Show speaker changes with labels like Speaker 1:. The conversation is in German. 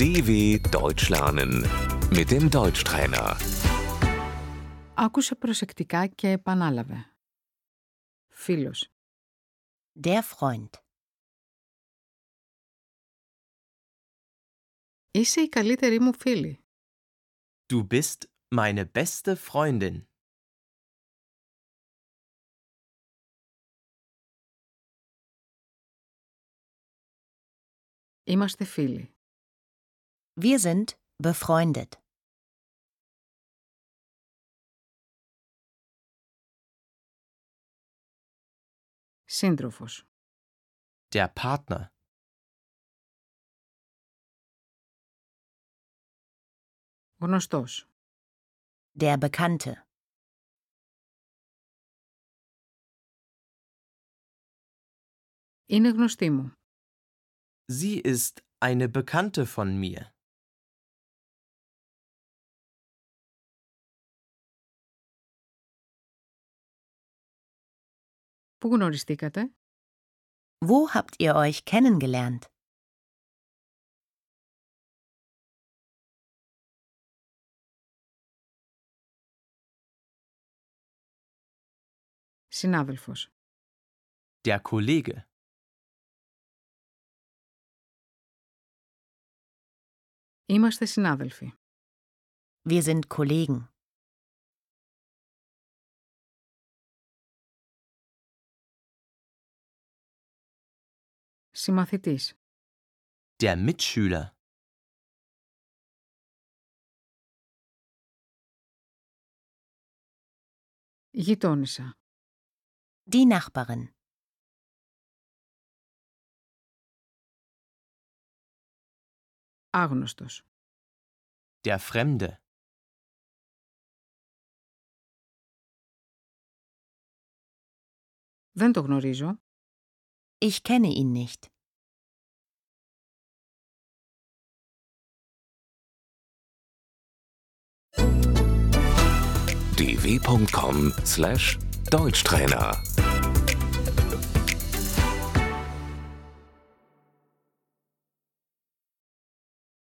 Speaker 1: DW Deutsch lernen mit dem Deutschtrainer.
Speaker 2: Άκουσε προσεκτικά και επανάλαβε. Φίλος,
Speaker 3: Der Freund.
Speaker 2: είσαι η καλύτερη μου φίλη.
Speaker 4: Du bist meine beste Freundin.
Speaker 2: Είμαστε φίλοι.
Speaker 3: Wir sind befreundet.
Speaker 2: Σύντροφος,
Speaker 4: Der Partner.
Speaker 2: γνωστός,
Speaker 3: Der Bekannte.
Speaker 2: είναι γνωστή μου.
Speaker 4: Sie ist eine Bekannte von mir.
Speaker 2: Πού γνωριστήκατε?
Speaker 3: Wo habt ihr euch kennengelernt?
Speaker 2: Συνάδελφος,
Speaker 4: Der Kollege.
Speaker 2: είμαστε συνάδελφοι.
Speaker 3: Wir sind Kollegen.
Speaker 2: Συμμαθητής,
Speaker 4: Der Mitschüler.
Speaker 2: γειτόνισσα,
Speaker 3: Die Nachbarin.
Speaker 2: άγνωστος,
Speaker 4: Der Fremde.
Speaker 2: δεν το γνωρίζω,
Speaker 3: Ich kenne ihn nicht.
Speaker 1: dw.com/deutschtrainer